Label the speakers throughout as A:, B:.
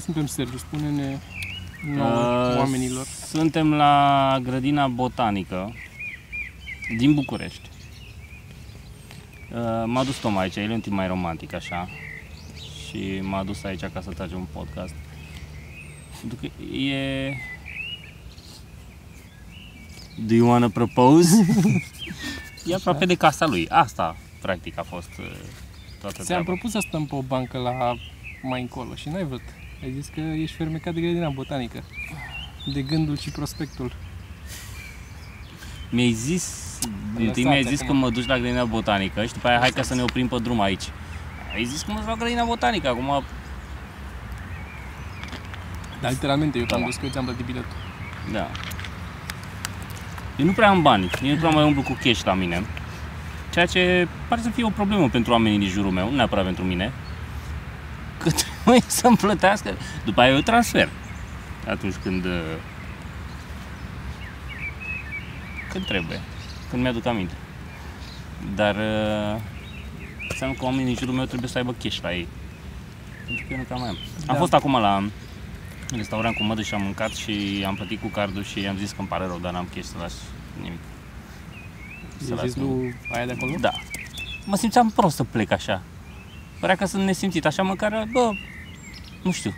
A: suntem, Sergiu? Spune-ne nouă,
B: Uh,
A: oamenilor.
B: Suntem la grădina botanică din București. Uh, M-a dus Toma aici, el e un tip mai romantic așa și m-a dus aici ca să tragem un podcast. Pentru că e... Do you wanna propose? e aproape de casa lui. Asta, practic, a fost uh, toată
A: Ți-am
B: treaba.
A: propus să stăm pe o bancă la mai încolo și n-ai vrut. Ai zis că ești fermecat de grădina botanică. De gândul și prospectul.
B: Mi-ai zis, întâi
A: Lăsați
B: mi-ai zis că
A: acum.
B: mă duci la grădina botanică și după aia hai ca să ne oprim pe drum aici. Ai zis că mă duc la grădina botanică, acum
A: Dar literalmente eu te-am
B: Da.
A: dus că eu ți-am plătit biletul.
B: Da. Eu nu prea am bani, eu nu prea mai umblu cu cash la mine. Ceea ce pare să fie o problemă pentru oamenii din jurul meu, nu neapărat pentru mine. Că trebuie să-mi plătească. După aia eu transfer. Atunci când... uh, Când trebuie. Când mi-aduc aminte. Dar... uh, Înseamnă că oamenii din jurul meu trebuie să aibă cash la ei. Pentru că eu nu prea mai am. Am
A: Da.
B: fost acum la în restaurant cu mădă și am mâncat și am plătit cu cardul și am zis că îmi pare rău, dar n-am cash să las nimic.
A: Să zis
B: nimic.
A: lui aia de acolo?
B: Da. Mă simțeam prost să plec așa. Părea că sunt nesimțit, așa măcar, bă, nu știu.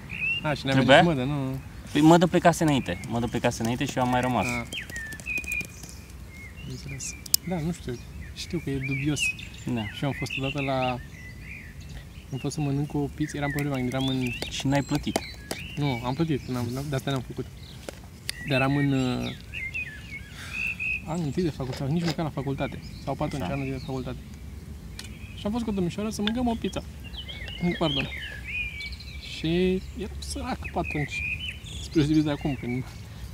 B: Da.
A: A, Ah, și ne-am
B: Trebuia?
A: venit mădă, nu?
B: Păi mă dă plecase înainte, mă dă plecase înainte și eu am mai rămas.
A: A. Înțeles. Ah. Da, nu știu. Știu că e dubios.
B: Da.
A: Și eu am fost odată la... Am fost să mănânc o pizza, eram pe Revang, eram în
B: Și n-ai plătit.
A: Nu, am plătit, n-am, n-am- de asta n-am făcut. Dar am în uh, anul întâi de facultate, sau nici măcar la facultate, sau pe atunci,
B: Așa.
A: anul de facultate. Și am fost cu domnișoara să mâncăm o pizza. Nu, Pardon. Și eram sărac pe atunci. Spre deosebire de acum, când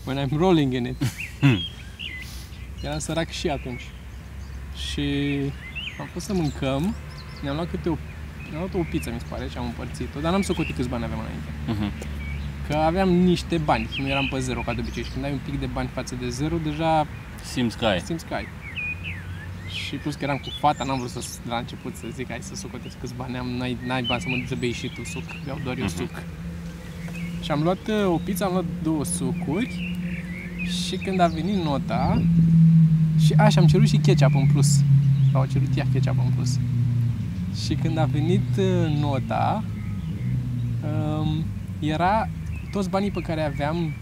A: when I'm rolling in it. eram sărac și atunci. Și am fost să mâncăm, ne-am luat câte o, ne-am luat o pizza, mi se pare, și am împărțit-o, dar n-am socotit câți bani aveam înainte. Mhm.
B: Uh-huh.
A: Că aveam niște bani, nu eram pe zero ca de obicei și când ai un pic de bani față de zero, deja
B: Simți că ai.
A: simți că ai. Și plus că eram cu fata, n-am vrut să, de la început să zic, hai să socotesc câți bani am, n-ai, n-ai bani să mă duc să bei și tu suc, beau doar eu
B: Mhm.
A: suc. Și am luat uh, o pizza, am luat două sucuri și când a venit nota, și așa, am cerut și ketchup în plus. Sau a cerut ea ketchup în plus. Și când a venit uh, nota, um, era toți banii pe care aveam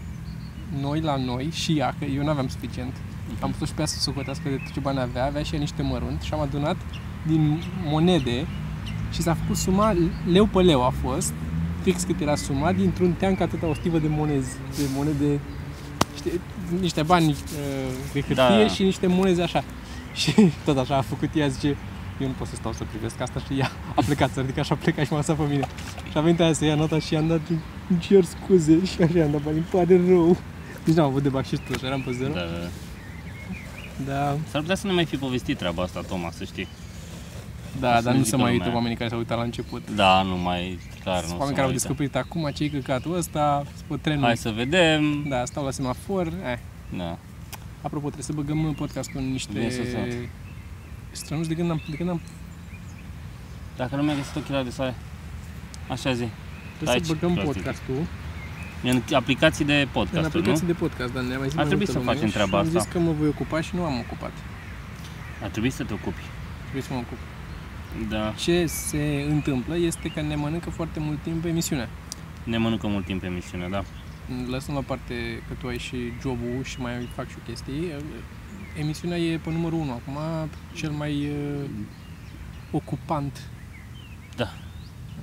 A: noi la noi și ea, că eu nu aveam suficient. Adică Am putut și pe ea să socotească de ce bani avea, avea și ea niște mărunt și am adunat din monede și s-a făcut suma, leu pe leu a fost, fix cât era suma, dintr-un teanc atâta o stivă de monezi, de monede, știi, niște bani uh, de hârtie
B: Da.
A: și niște monezi așa. Și tot așa a făcut ea, zice, eu nu pot să stau să privesc asta și ea a plecat, să ridicat și a plecat și m-a lăsat pe mine. Și a venit aia să ia nota și i-am dat îmi cer scuze și așa i-am dat bani, îmi pare rău. Deci n-am avut de bac și tot, eram pe zero.
B: Da, da, da.
A: Da,
B: S-ar putea să nu mai fi povestit treaba asta, Toma, să știi.
A: da,
B: Să
A: dar
B: ne
A: nu se
B: zică
A: mai
B: lumea.
A: uită oamenii care s-au uitat la început.
B: Da, nu mai, clar, nu
A: Sunt oameni
B: se mai
A: care au
B: uită.
A: descoperit acum ce e căcatul ăsta, pe trenul.
B: Hai să vedem.
A: Da, stau la semafor. Eh.
B: Da.
A: Apropo, trebuie să băgăm uh, podcastul în niște
B: Bine să sună.
A: strănuși de când am, de când am
B: Dacă nu mi-ai găsit ochelari de soare, așa zi.
A: trebuie
B: Aici,
A: să băgăm
B: practic.
A: podcastul
B: În aplicații de
A: în
B: podcast, nu?
A: aplicații de podcast, dar ne-a mai zis
B: Ar
A: mai
B: trebui
A: multă
B: să
A: lume
B: facem treaba
A: și am
B: asta.
A: zis că mă voi ocupa și nu am ocupat.
B: Ar trebui să te ocupi.
A: Trebuie să mă ocup.
B: Da.
A: Ce se întâmplă este că ne mănâncă foarte mult timp emisiunea.
B: Ne mănâncă mult timp emisiunea, da.
A: Lăsăm la parte că tu ai și jobul și mai fac și chestii. Emisiunea e pe numărul 1 acum, cel mai uh, ocupant.
B: Da.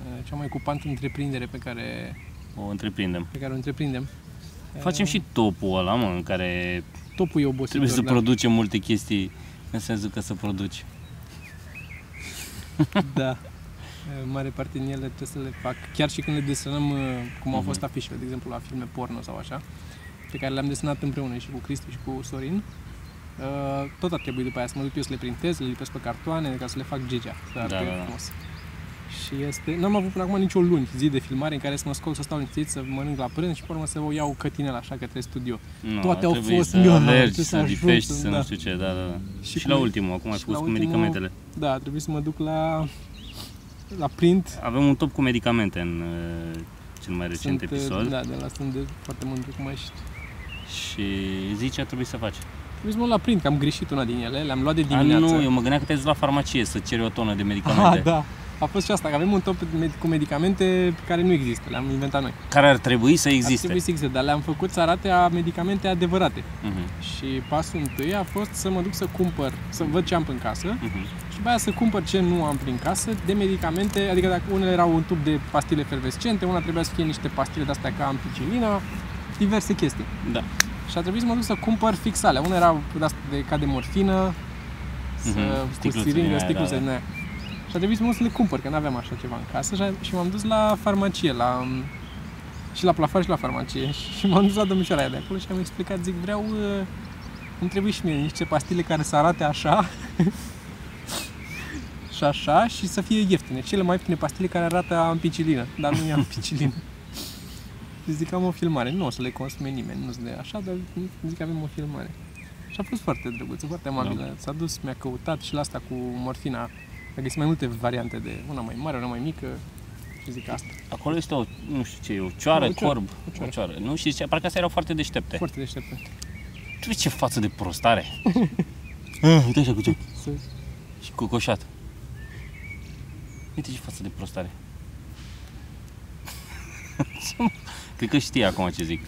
A: Uh, Cea mai ocupant întreprindere pe care,
B: O întreprindem.
A: pe care o întreprindem.
B: Facem și topul ăla, mă, în care
A: Uh, Topul e obositor.
B: trebuie să
A: da.
B: producem multe chestii în sensul că să produci.
A: Da. În Mare parte din ele trebuie să le fac. Chiar și când le desenăm, uh, cum au
B: Mhm.
A: fost afișele, de exemplu, la filme porno sau așa, pe care le-am desenat împreună și cu Cristi și cu Sorin, uh, tot ar trebui după aia să mă duc eu să le printez, să le lipesc pe cartoane, ca să le fac gigea, să arate
B: Da,
A: da,
B: da, da.
A: frumos. Și este... N-am avut până acum nicio luni, zi de filmare, în care să mă scol, să stau liniștit, să mănânc la prânz și pe urmă să o iau cătinel așa către studio.
B: Nu,
A: Toate
B: ar
A: au
B: trebui
A: fost,
B: să
A: da,
B: alergi,
A: ce să
B: să
A: ajung,
B: lipești,
A: să-
B: să nu
A: da.
B: știu ce, da, da. da. Și
A: cum
B: la
A: e-
B: ultimul, acum ai
A: și
B: spus
A: la
B: cu
A: ultimul-
B: medicamentele.
A: Da, a trebuit să mă duc la... la print,
B: Avem un top cu medicamente în uh, cel mai recent
A: sunt,
B: episod.
A: Da, de la sunt de foarte mândru cum ești.
B: Și zici ce ar trebui să faci.
A: Trebuie să mă la prind, că am greșit una din ele, le-am luat de
B: A,
A: dimineață.
B: nu, eu mă gândeam că te-ai dus la farmacie să ceri o tonă de
A: Ah,
B: medicamente.
A: da. A fost și asta, că avem un top med- cu medicamente care nu există, le-am inventat noi.
B: Care ar trebui să
A: Ar
B: existe.
A: trebui să existe, dar le-am făcut să arate a medicamente adevărate.
B: Mhm,
A: Și pasul întâi a fost să mă duc să cumpăr, să văd ce am în casă
B: mhm.
A: și după aia să cumpăr ce nu am prin casă de medicamente, adică dacă unele erau un tub de pastile fervescente, una trebuia să fie niște pastile de-astea ca ampicilina, diverse chestii.
B: Da.
A: Și a trebuit să mă duc să cumpăr fix alea. Una era de asta de, ca de morfină, să,
B: Mhm,
A: cu
B: sticluțe din
A: siringă,
B: aia,
A: sticluțe
B: da, da.
A: din aia. Și a trebuit să mă duc să le cumpăr, că n-aveam așa ceva în casă și, a- și m-am dus la farmacie, la, um, și la plafar și la farmacie. Și m-am dus la domnișoara aia de acolo și am explicat, zic, vreau, uh, îmi trebuie și mie niște pastile care să arate așa și așa și să fie ieftine. Cele mai ieftine pastile care arată ampicilină, dar nu e ampicilină. Și zic, am o filmare. Nu o să le consume nimeni, nu sunt de așa, dar zic că avem o filmare. Și a fost foarte drăguță, foarte amabilă. S-a dus, mi-a căutat și la asta cu morfina. A găsit mai multe variante de una mai mare, una mai mică. Și zic asta.
B: Acolo este o, nu știu ce, e, o cioară,
A: O cioară,
B: corb,
A: o
B: o
A: cioară.
B: cioară. Nu știu ce, parcă astea erau foarte deștepte.
A: Foarte deșteaptă.
B: Tu ce față de prostare? Ah, Uite așa cu ce
A: Să-
B: și cocoșat. Uite ce față de prostare. Cred că știi acum ce zic.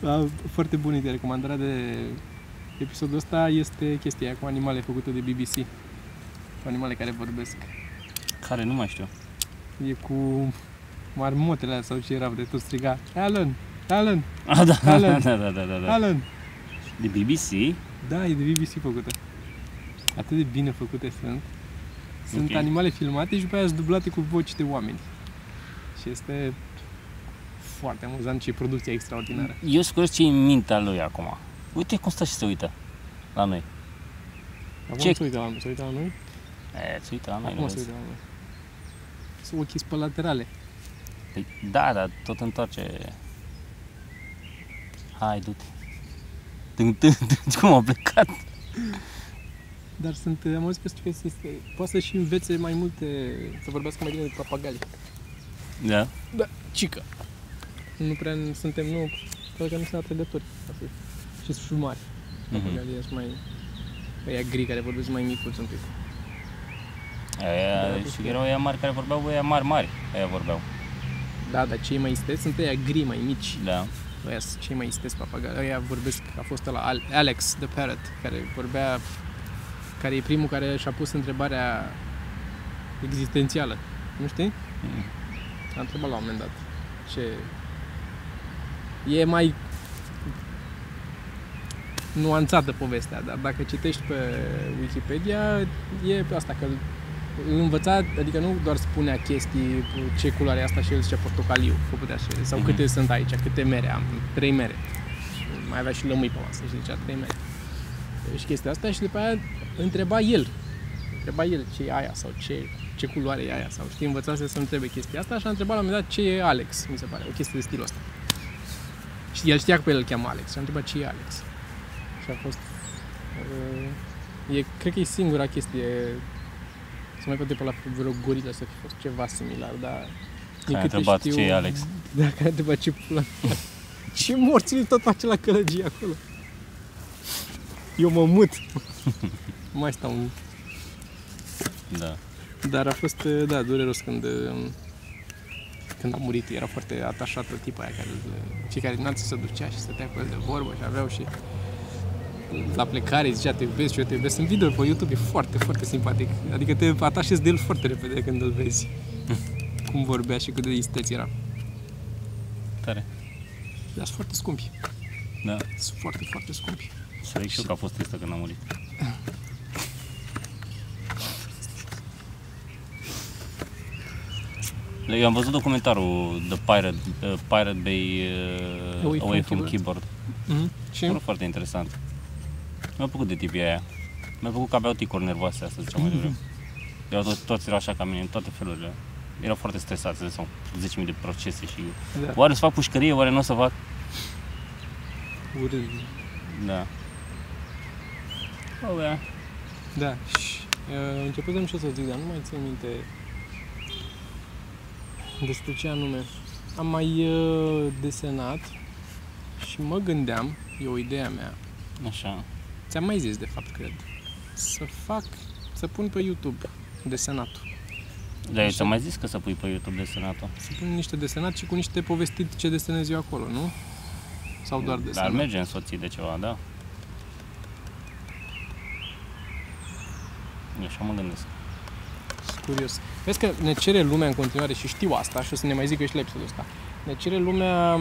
A: Da, foarte bună idee. Recomandarea de episodul ăsta este chestia aia cu animale făcută de BBC. Cu animale care vorbesc.
B: Care nu mai știu.
A: E cu marmotele alea sau ce era, de tot striga Alan, Alan,
B: Ah, da, da,
A: Alan.
B: da, da, da, da, da.
A: Alan.
B: De BBC,
A: Da, e de BBC făcută. Atât de bine făcute sunt. Sunt
B: Ok.
A: animale filmate și după aia sunt dublate cu voci de oameni. Și este foarte amuzant și e producția extraordinară.
B: eu sunt curios ce e în mintea lui acum. Uite cum stă și se uită la noi.
A: Acum
B: Ce-
A: se uită la noi, se uită la noi?
B: E, se uită la noi. nu
A: Acum se
B: vezi?
A: uită la noi. Sunt ochii spălaterale.
B: Păi, Da, dar tot întoarce. Hai, du-te. Tân, tân, tân, Cum a plecat?
A: Dar sunt, am auzit că, că este, poate să și învețe mai multe, să vorbească mai bine de papagali.
B: Da.
A: Da, cică. Nu prea n- suntem, nu, cred că nu sunt atrăgători. Și sunt și mari.
B: Mhm.
A: Papagalii sunt mai... Ăia gri care vorbesc mai micuți un pic. Da,
B: Aia,
A: da,
B: și erau aia mari care vorbeau, aia mari, mari, aia vorbeau.
A: Da, dar cei mai isteți sunt ăia gri, mai mici.
B: Da.
A: Ăia sunt cei mai isteți papagali. Ăia vorbesc, a fost la Alex the Parrot, care vorbea, care e primul care și-a pus întrebarea existențială. Nu știi? Am întrebat la un moment dat ce... E mai nuanțată povestea, dar dacă citești pe Wikipedia, e asta că îl învăța, adică nu doar spunea chestii, ce culoare e asta și el zicea portocaliu, că putea și, sau
B: Mhm.
A: câte sunt aici, câte mere am, trei mere. Și mai avea și lămâi pe masă și zicea trei mere. Și chestia asta și după aia întreba el, întreba el ce e aia sau ce, ce culoare e aia sau știi, învățase să întrebe chestia asta și a întrebat la un moment dat ce e Alex, mi se pare, o chestie de stilul ăsta. Și el știa că pe el îl cheamă Alex și am întrebat ce e Alex. Și a fost... Uh, e, cred că e singura chestie... Se mai poate pe la vreo gorilă să fi fost ceva similar, dar... din
B: Ai
A: câte
B: întrebat ce e Alex.
A: Da, care te face pula. Ce morții tot face la călăgie acolo? Eu mă mut. mai stau un
B: Da.
A: dar a fost, da, dureros când, eh, când a murit. Era foarte atașată tipa aia care îl- fiecare dimineață se ducea și stătea cu el de vorbă și aveau și la plecare îi zicea te iubesc și eu te iubesc. În video pe YouTube e foarte, foarte simpatic. Adică te atașezi de el foarte repede când îl vezi. Cum vorbea și cât de isteț era.
B: Tare.
A: Dar sunt foarte scumpi.
B: Da.
A: Sunt foarte, foarte scumpi.
B: Înțeleg și eu că a fost tristă când a murit. Eu am văzut documentarul The Pirate, uh, Pirate Bay uh, Away, from, Keyboard.
A: Mm-hmm.
B: A
A: Și
B: fost foarte interesant. Mi-a plăcut de tipii aia. Mi-a plăcut că aveau ticuri nervoase, asta ziceam mai devreme. Erau toți, toți erau așa ca mine, în toate felurile. Erau foarte stresați, sau 10.000 de procese și...
A: da,
B: Oare o să fac pușcărie, oare nu o să fac?
A: urât.
B: Da. Oh, da.
A: Da, și uh, începusem și eu să zic, dar nu mai țin minte despre ce anume. Am mai uh, desenat și mă gândeam, e o idee a mea,
B: Așa.
A: ți-am mai zis de fapt, cred, să fac, să pun pe YouTube desenatul.
B: Dar eu
A: Așa.
B: ți-am mai zis că să pui pe YouTube desenatul.
A: Să pun niște desenat și cu niște povestit ce desenez eu acolo, nu? Sau doar
B: Dar
A: desenat?
B: merge însoțit de ceva, da? Așa mă gândesc.
A: Sunt curios. Vezi că ne cere lumea în continuare și știu asta și o să ne mai zică și la episodul ăsta. Ne cere lumea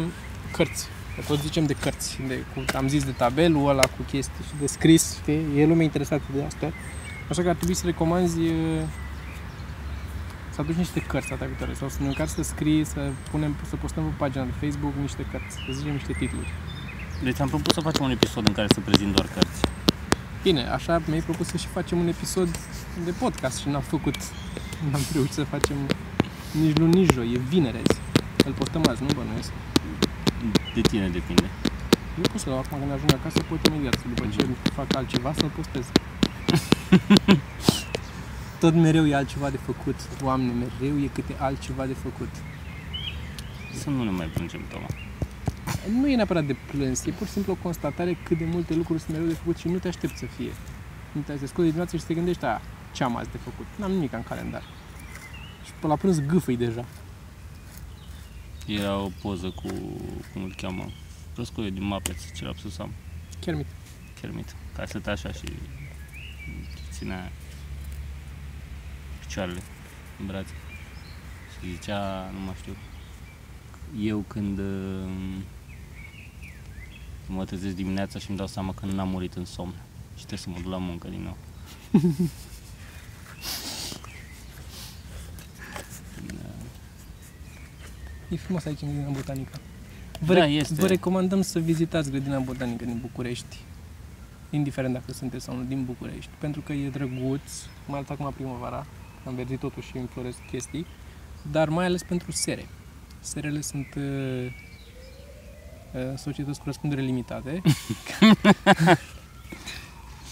A: cărți. Că tot zicem de cărți. De, cu, am zis de tabelul ăla cu chestii și de scris. Știi? E lumea interesată de asta. Așa că ar trebui să recomanzi e, să aduci niște cărți data viitoare sau să ne încarci să scrii, să, punem, să postăm pe pagina de Facebook niște cărți, să zicem niște titluri.
B: Deci am propus să facem un episod în care să prezint doar cărți.
A: Bine, așa mi-ai propus să și facem un episod de podcast și n-am făcut, n-am reușit să facem nici luni, nici joi, e vineri azi. Îl postăm azi, nu bănuiesc.
B: De tine depinde.
A: Eu pot să-l acum când ajung acasă, pot imediat, după ce fac altceva, să-l postez. Tot mereu e altceva de făcut, oameni, mereu e câte altceva de făcut.
B: Păi Să nu ne mai plângem, Toma.
A: Nu e neapărat de plâns, e pur și simplu o constatare cât de multe lucruri sunt mereu de făcut și nu te aștept să fie. Nu te aștept, scoți dimineața și te gândești, a, ce am azi de făcut? N-am nimic în calendar. Și pe la prânz gâfâi deja.
B: Era o poză cu, cum îl cheamă, Roscoe din Muppets, ce l-a am,
A: Chiar mi
B: Kermit. Caseta așa și ținea picioarele în brațe. Și zicea, nu mai știu, eu când uh, mă trezesc dimineața și îmi dau seama că n-am murit în somn și trebuie să mă duc la muncă din nou. uh,
A: E frumos aici în grădina botanică. Vă,
B: Da,
A: rec-
B: este.
A: vă recomandăm să vizitați grădina botanică din București, indiferent dacă sunteți sau nu din București, pentru că e drăguț, mai ales acum primăvara, am verzit totul și înfloresc chestii, dar mai ales pentru sere. Serele sunt uh, uh, societăți cu răspundere limitate.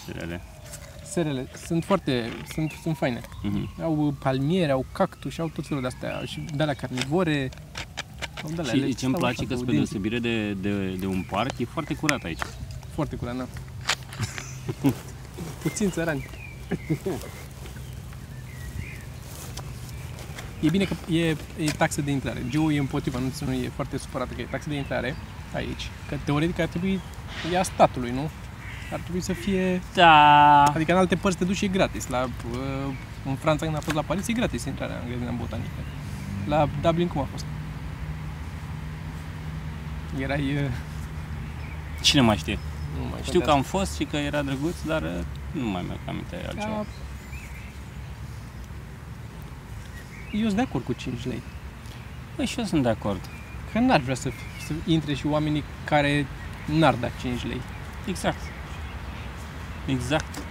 B: Serele.
A: Serele sunt foarte, sunt, sunt faine.
B: Mhm.
A: Au uh, palmiere, au cactus, au tot felul de astea și de alea carnivore. au de alea, le
B: Și ce îmi
A: stau așa
B: place
A: pe
B: că spre
A: udenți.
B: deosebire de, de, de un parc, e foarte curat aici.
A: Foarte curat, da. Puțin țărani. E bine că e, e taxă de intrare. Giu e împotriva, nu ți- nu e foarte supărat că e taxă de intrare aici. Că teoretic ar trebui, e a statului, nu? Ar trebui să fie...
B: Da.
A: Adică în alte părți te duci și e gratis. La, uh, în Franța când a fost la Paris e gratis intrarea în grădina botanică. La Dublin cum a fost? Erai... uh,
B: Cine mai știe?
A: Nu mai
B: Știu că
A: contează.
B: am fost și că era drăguț, dar uh, nu mai mi-aduc aminte altceva.
A: Da. Eu sunt de acord cu 5 lei.
B: Păi și eu sunt de acord.
A: Că n-ar vrea să, f- să intre și oamenii care n-ar da 5 lei.
B: Exact. Exact.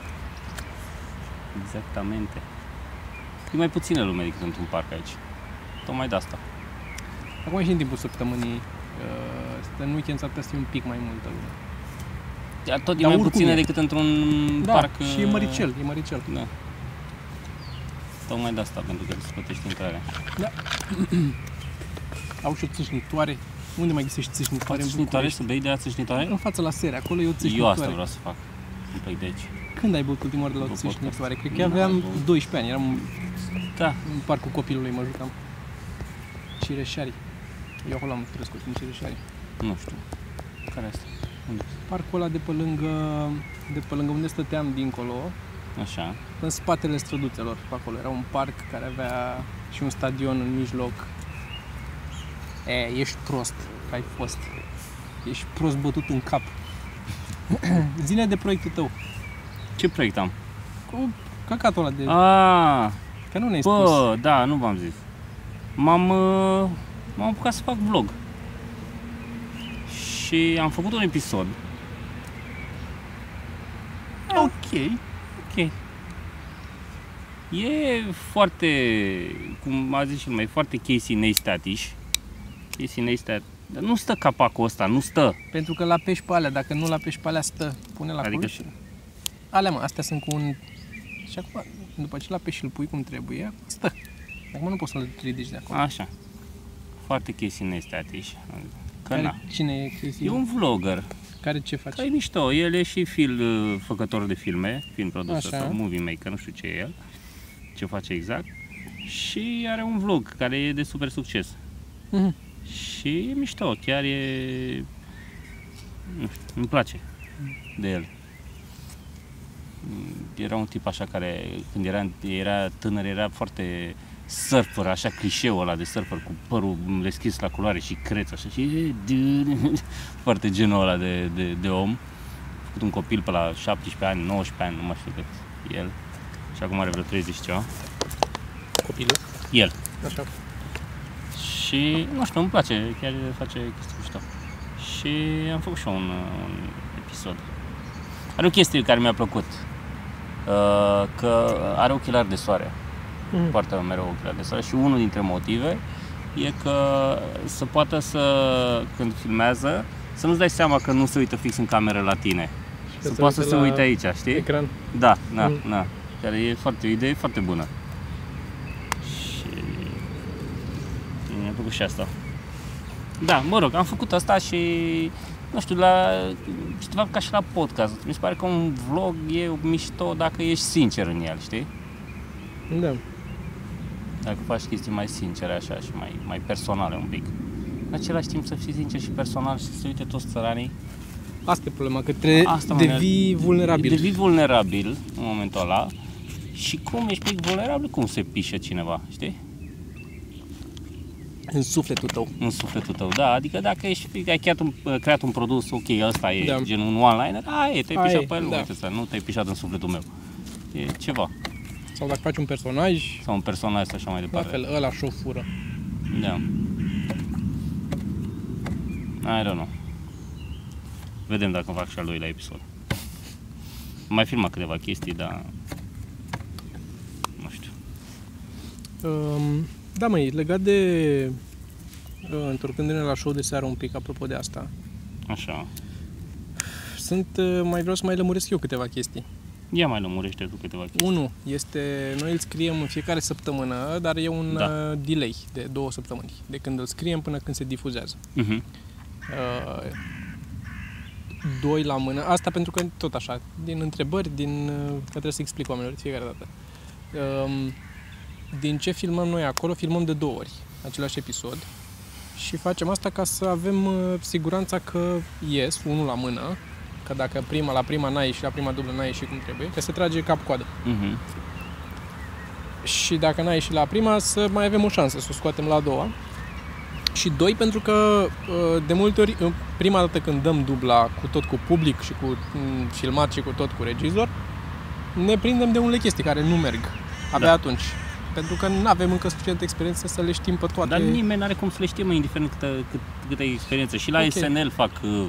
B: Exactamente. E mai puțină lume decât într-un parc aici. Tocmai de asta.
A: Acum și în timpul săptămânii, uh, stă- în weekend s-ar putea să fie un pic mai multă lume.
B: Dar Da, tot e
A: Dar
B: mai
A: oricum
B: puțină
A: e.
B: decât într-un
A: Da,
B: parc.
A: și e
B: uh,
A: măricel, e măricel.
B: Da. Tocmai de asta, pentru că îți plătești intrarea.
A: Au și o țâșnitoare. Unde mai găsești țâșnitoare în
B: Țâșnitoare,
A: București?
B: să bei de la țâșnitoare?
A: În fața la sere, acolo e o
B: Eu asta
A: țâșnitoare.
B: vreau să fac. Un plec de aici.
A: Când ai băut ultima oară de la o
B: După
A: țâșnitoare? Cred că
B: N-am
A: aveam
B: băut.
A: 12 ani, eram
B: Da.
A: în parcul copilului, mă jucam. Cireșari. Eu acolo am crescut, în Cireșari.
B: Nu știu. Care este? Unde?
A: parcul ăla de pe lângă, de pe lângă unde stăteam dincolo,
B: Așa.
A: în spatele străduțelor pe acolo. Era un parc care avea și un stadion în mijloc. E, ești prost că ai fost. Ești prost bătut în cap. Zine de proiectul tău.
B: Ce proiect am?
A: Cu căcatul ăla de...
B: Ah,
A: Că nu ne-ai spus.
B: bă, da, nu v-am zis. M-am, uh, m-am apucat să fac vlog. Și am făcut un episod.
A: Ok.
B: Ok. E foarte, cum a zis și lumea, e foarte Casey Neistatish. Casey Neistat, dar nu stă capacul ăsta, nu stă.
A: Pentru că la pești pe alea, dacă nu la pești pe alea, stă. Pune la
B: Adică-
A: adică... și... Alea, mă, astea sunt cu un... Și acum, după ce la pești și îl pui cum trebuie, stă. Acum nu poți să-l ridici de acolo.
B: Așa. foarte chestii în astea, deci, că
A: Care,
B: na.
A: cine e Cristi?
B: E un vlogger,
A: Care ce
B: că
A: face?
B: e mișto, el e și fil, uh, făcător de filme, film produsător,
A: Așa.
B: movie maker, nu știu ce e el, ce face exact. Și are un vlog care e de super succes.
A: Mhm.
B: Și e mișto, chiar e... Nu știu, îmi place de el. Era un tip așa care, când era, era tânăr, era foarte surfer, așa clișeul ăla de surfer, cu părul deschis la culoare și creț, așa, și foarte genul ăla de, de, de om. A făcut un copil pe la 17 ani, 19 ani, nu mai știu cât, el. Și acum are vreo 30 și ceva.
A: Copilul.
B: El.
A: Așa.
B: Și, nu știu, îmi place, chiar face chestii mișto. Și am făcut și eu un, un episod. Are o chestie care mi-a plăcut. Uh, Că are ochelari de soare.
A: Mhm.
B: Poartă mereu ochelari de soare și unul dintre motive e că să poată să, când filmează, să nu-ți dai seama că nu se uită fix în cameră la tine. Să
A: se
B: poată să
A: uite
B: se
A: la
B: uite aici, știi?
A: Ecran.
B: Da, da,
A: Mm.
B: da. Care e foarte, o idee foarte bună. Și mi-a plăcut și asta. Da, mă rog, am făcut asta și nu știu, la ceva ca și la podcast. Mi se pare că un vlog e mișto dacă ești sincer în el, știi?
A: Da.
B: Dacă faci chestii mai sincere așa și mai, mai personale un pic. În același timp să fii sincer și personal și să se uite toți țăranii
A: Asta e problema, că tre-
B: Asta mă
A: devii vulnerabil.
B: Devii vulnerabil în momentul ăla și cum ești pic vulnerabil, cum se pișe cineva, știi?
A: În sufletul tău.
B: În sufletul tău, da, adică dacă ești, pic- ai creat un, uh, creat un produs, ok, ăsta e
A: Da.
B: gen un one-liner, aia e, te-ai
A: Aia
B: pișat
A: e,
B: pe el,
A: da.
B: uite asta, nu te-ai pișat în sufletul meu. E ceva,
A: Sau dacă faci un personaj,
B: sau un personaj sau așa mai
A: la
B: departe.
A: fel, ăla și-o fură.
B: Da. I don't know. Vedem dacă fac și al doilea episod. Am Mai filmat câteva chestii, dar... Nu știu.
A: Um, da, măi, legat de... Uh, întorcându-ne la show de seară un pic, apropo de asta.
B: Așa.
A: Sunt, uh, mai vreau să mai lămuresc eu câteva chestii.
B: Ia mai lămurește tu câteva chestii.
A: Unu, este, noi îl scriem în fiecare săptămână, dar e un
B: Da.
A: uh, delay de două săptămâni, de când îl scriem până când se difuzează.
B: Uh-huh.
A: Uh, doi la mână. Asta pentru că tot așa, din întrebări, din uh, că trebuie să explic oamenilor de fiecare dată. Um, Din ce filmăm noi acolo, filmăm de două ori același episod și facem asta ca să avem uh, siguranța că ies unul la mână, că dacă prima la prima n-a ieșit, la prima dublă n-a ieșit cum trebuie, că se trage cap-coadă.
B: Uh-huh.
A: Și dacă n-a ieșit la prima, să mai avem o șansă să o scoatem la a doua. Și doi, pentru că uh, de multe ori, în prima dată când dăm dubla cu tot cu public și cu mm, filmat și cu tot cu regizor, ne prindem de unele chestii care nu merg abia
B: Da.
A: atunci. Pentru că nu avem încă suficientă experiență să le știm pe toate.
B: Dar nimeni nu are cum să le știe, mă, indiferent câtă, cât, câtă experiență. Și la
A: Ok.
B: okay. SNL fac uh,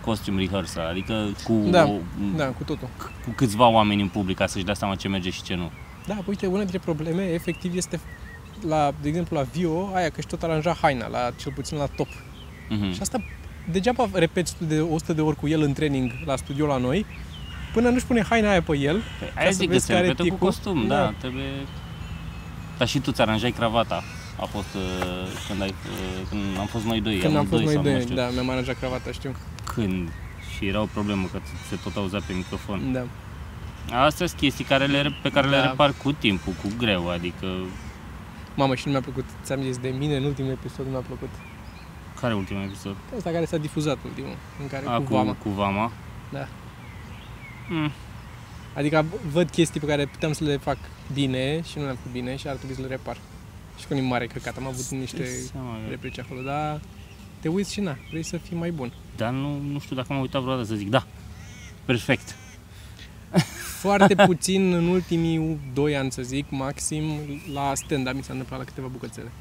B: costume rehearsal, adică cu,
A: Da,
B: o,
A: Da, cu totul.
B: cu câțiva oameni în public ca să-și dea seama ce merge și ce nu.
A: Da, uite, una dintre probleme efectiv este la, de exemplu, la Vio, aia că și tot aranja haina, la cel puțin la top.
B: Uh-huh.
A: Și asta degeaba repeți tu de 100 de ori cu el în training la studio la noi, până nu-și pune haina aia pe el.
B: Păi,
A: ca
B: aia
A: să
B: zic că
A: vezi
B: se
A: care
B: repetă
A: e
B: cu
A: picul.
B: costum, da.
A: Da.
B: da, trebuie... Dar și tu ți aranjai cravata. A fost uh, când, ai, uh, când am fost noi doi,
A: Când am
B: amândoi
A: fost noi
B: sau nu
A: doi,
B: știu
A: da, mi-am aranjat cravata, știu.
B: când. Și era o problemă că se tot auzea pe microfon.
A: Da.
B: Astea sunt chestii care le, pe care le
A: Da.
B: repar cu timpul, cu greu, adică...
A: Mamă, și nu mi-a plăcut, ți-am zis de mine în ultimul episod, nu mi-a plăcut.
B: Care e ultimul episod?
A: Asta care s-a difuzat ultimul, în care
B: A,
A: Păi cu vama.
B: Ah, Cu vama.
A: Da.
B: Mm.
A: Adică văd chestii pe care puteam să le fac bine și nu le-am făcut bine și ar trebui să le repar. Și cu un mare căcat, am avut niște
B: Stai seama, eu-
A: replici acolo, dar te uiți și na, vrei să fii mai bun.
B: Dar nu, nu știu dacă am uitat vreodată să zic, da, perfect.
A: foarte puțin în ultimii 2 ani, să zic, maxim, la stand-up mi s-a întâmplat la câteva bucățele.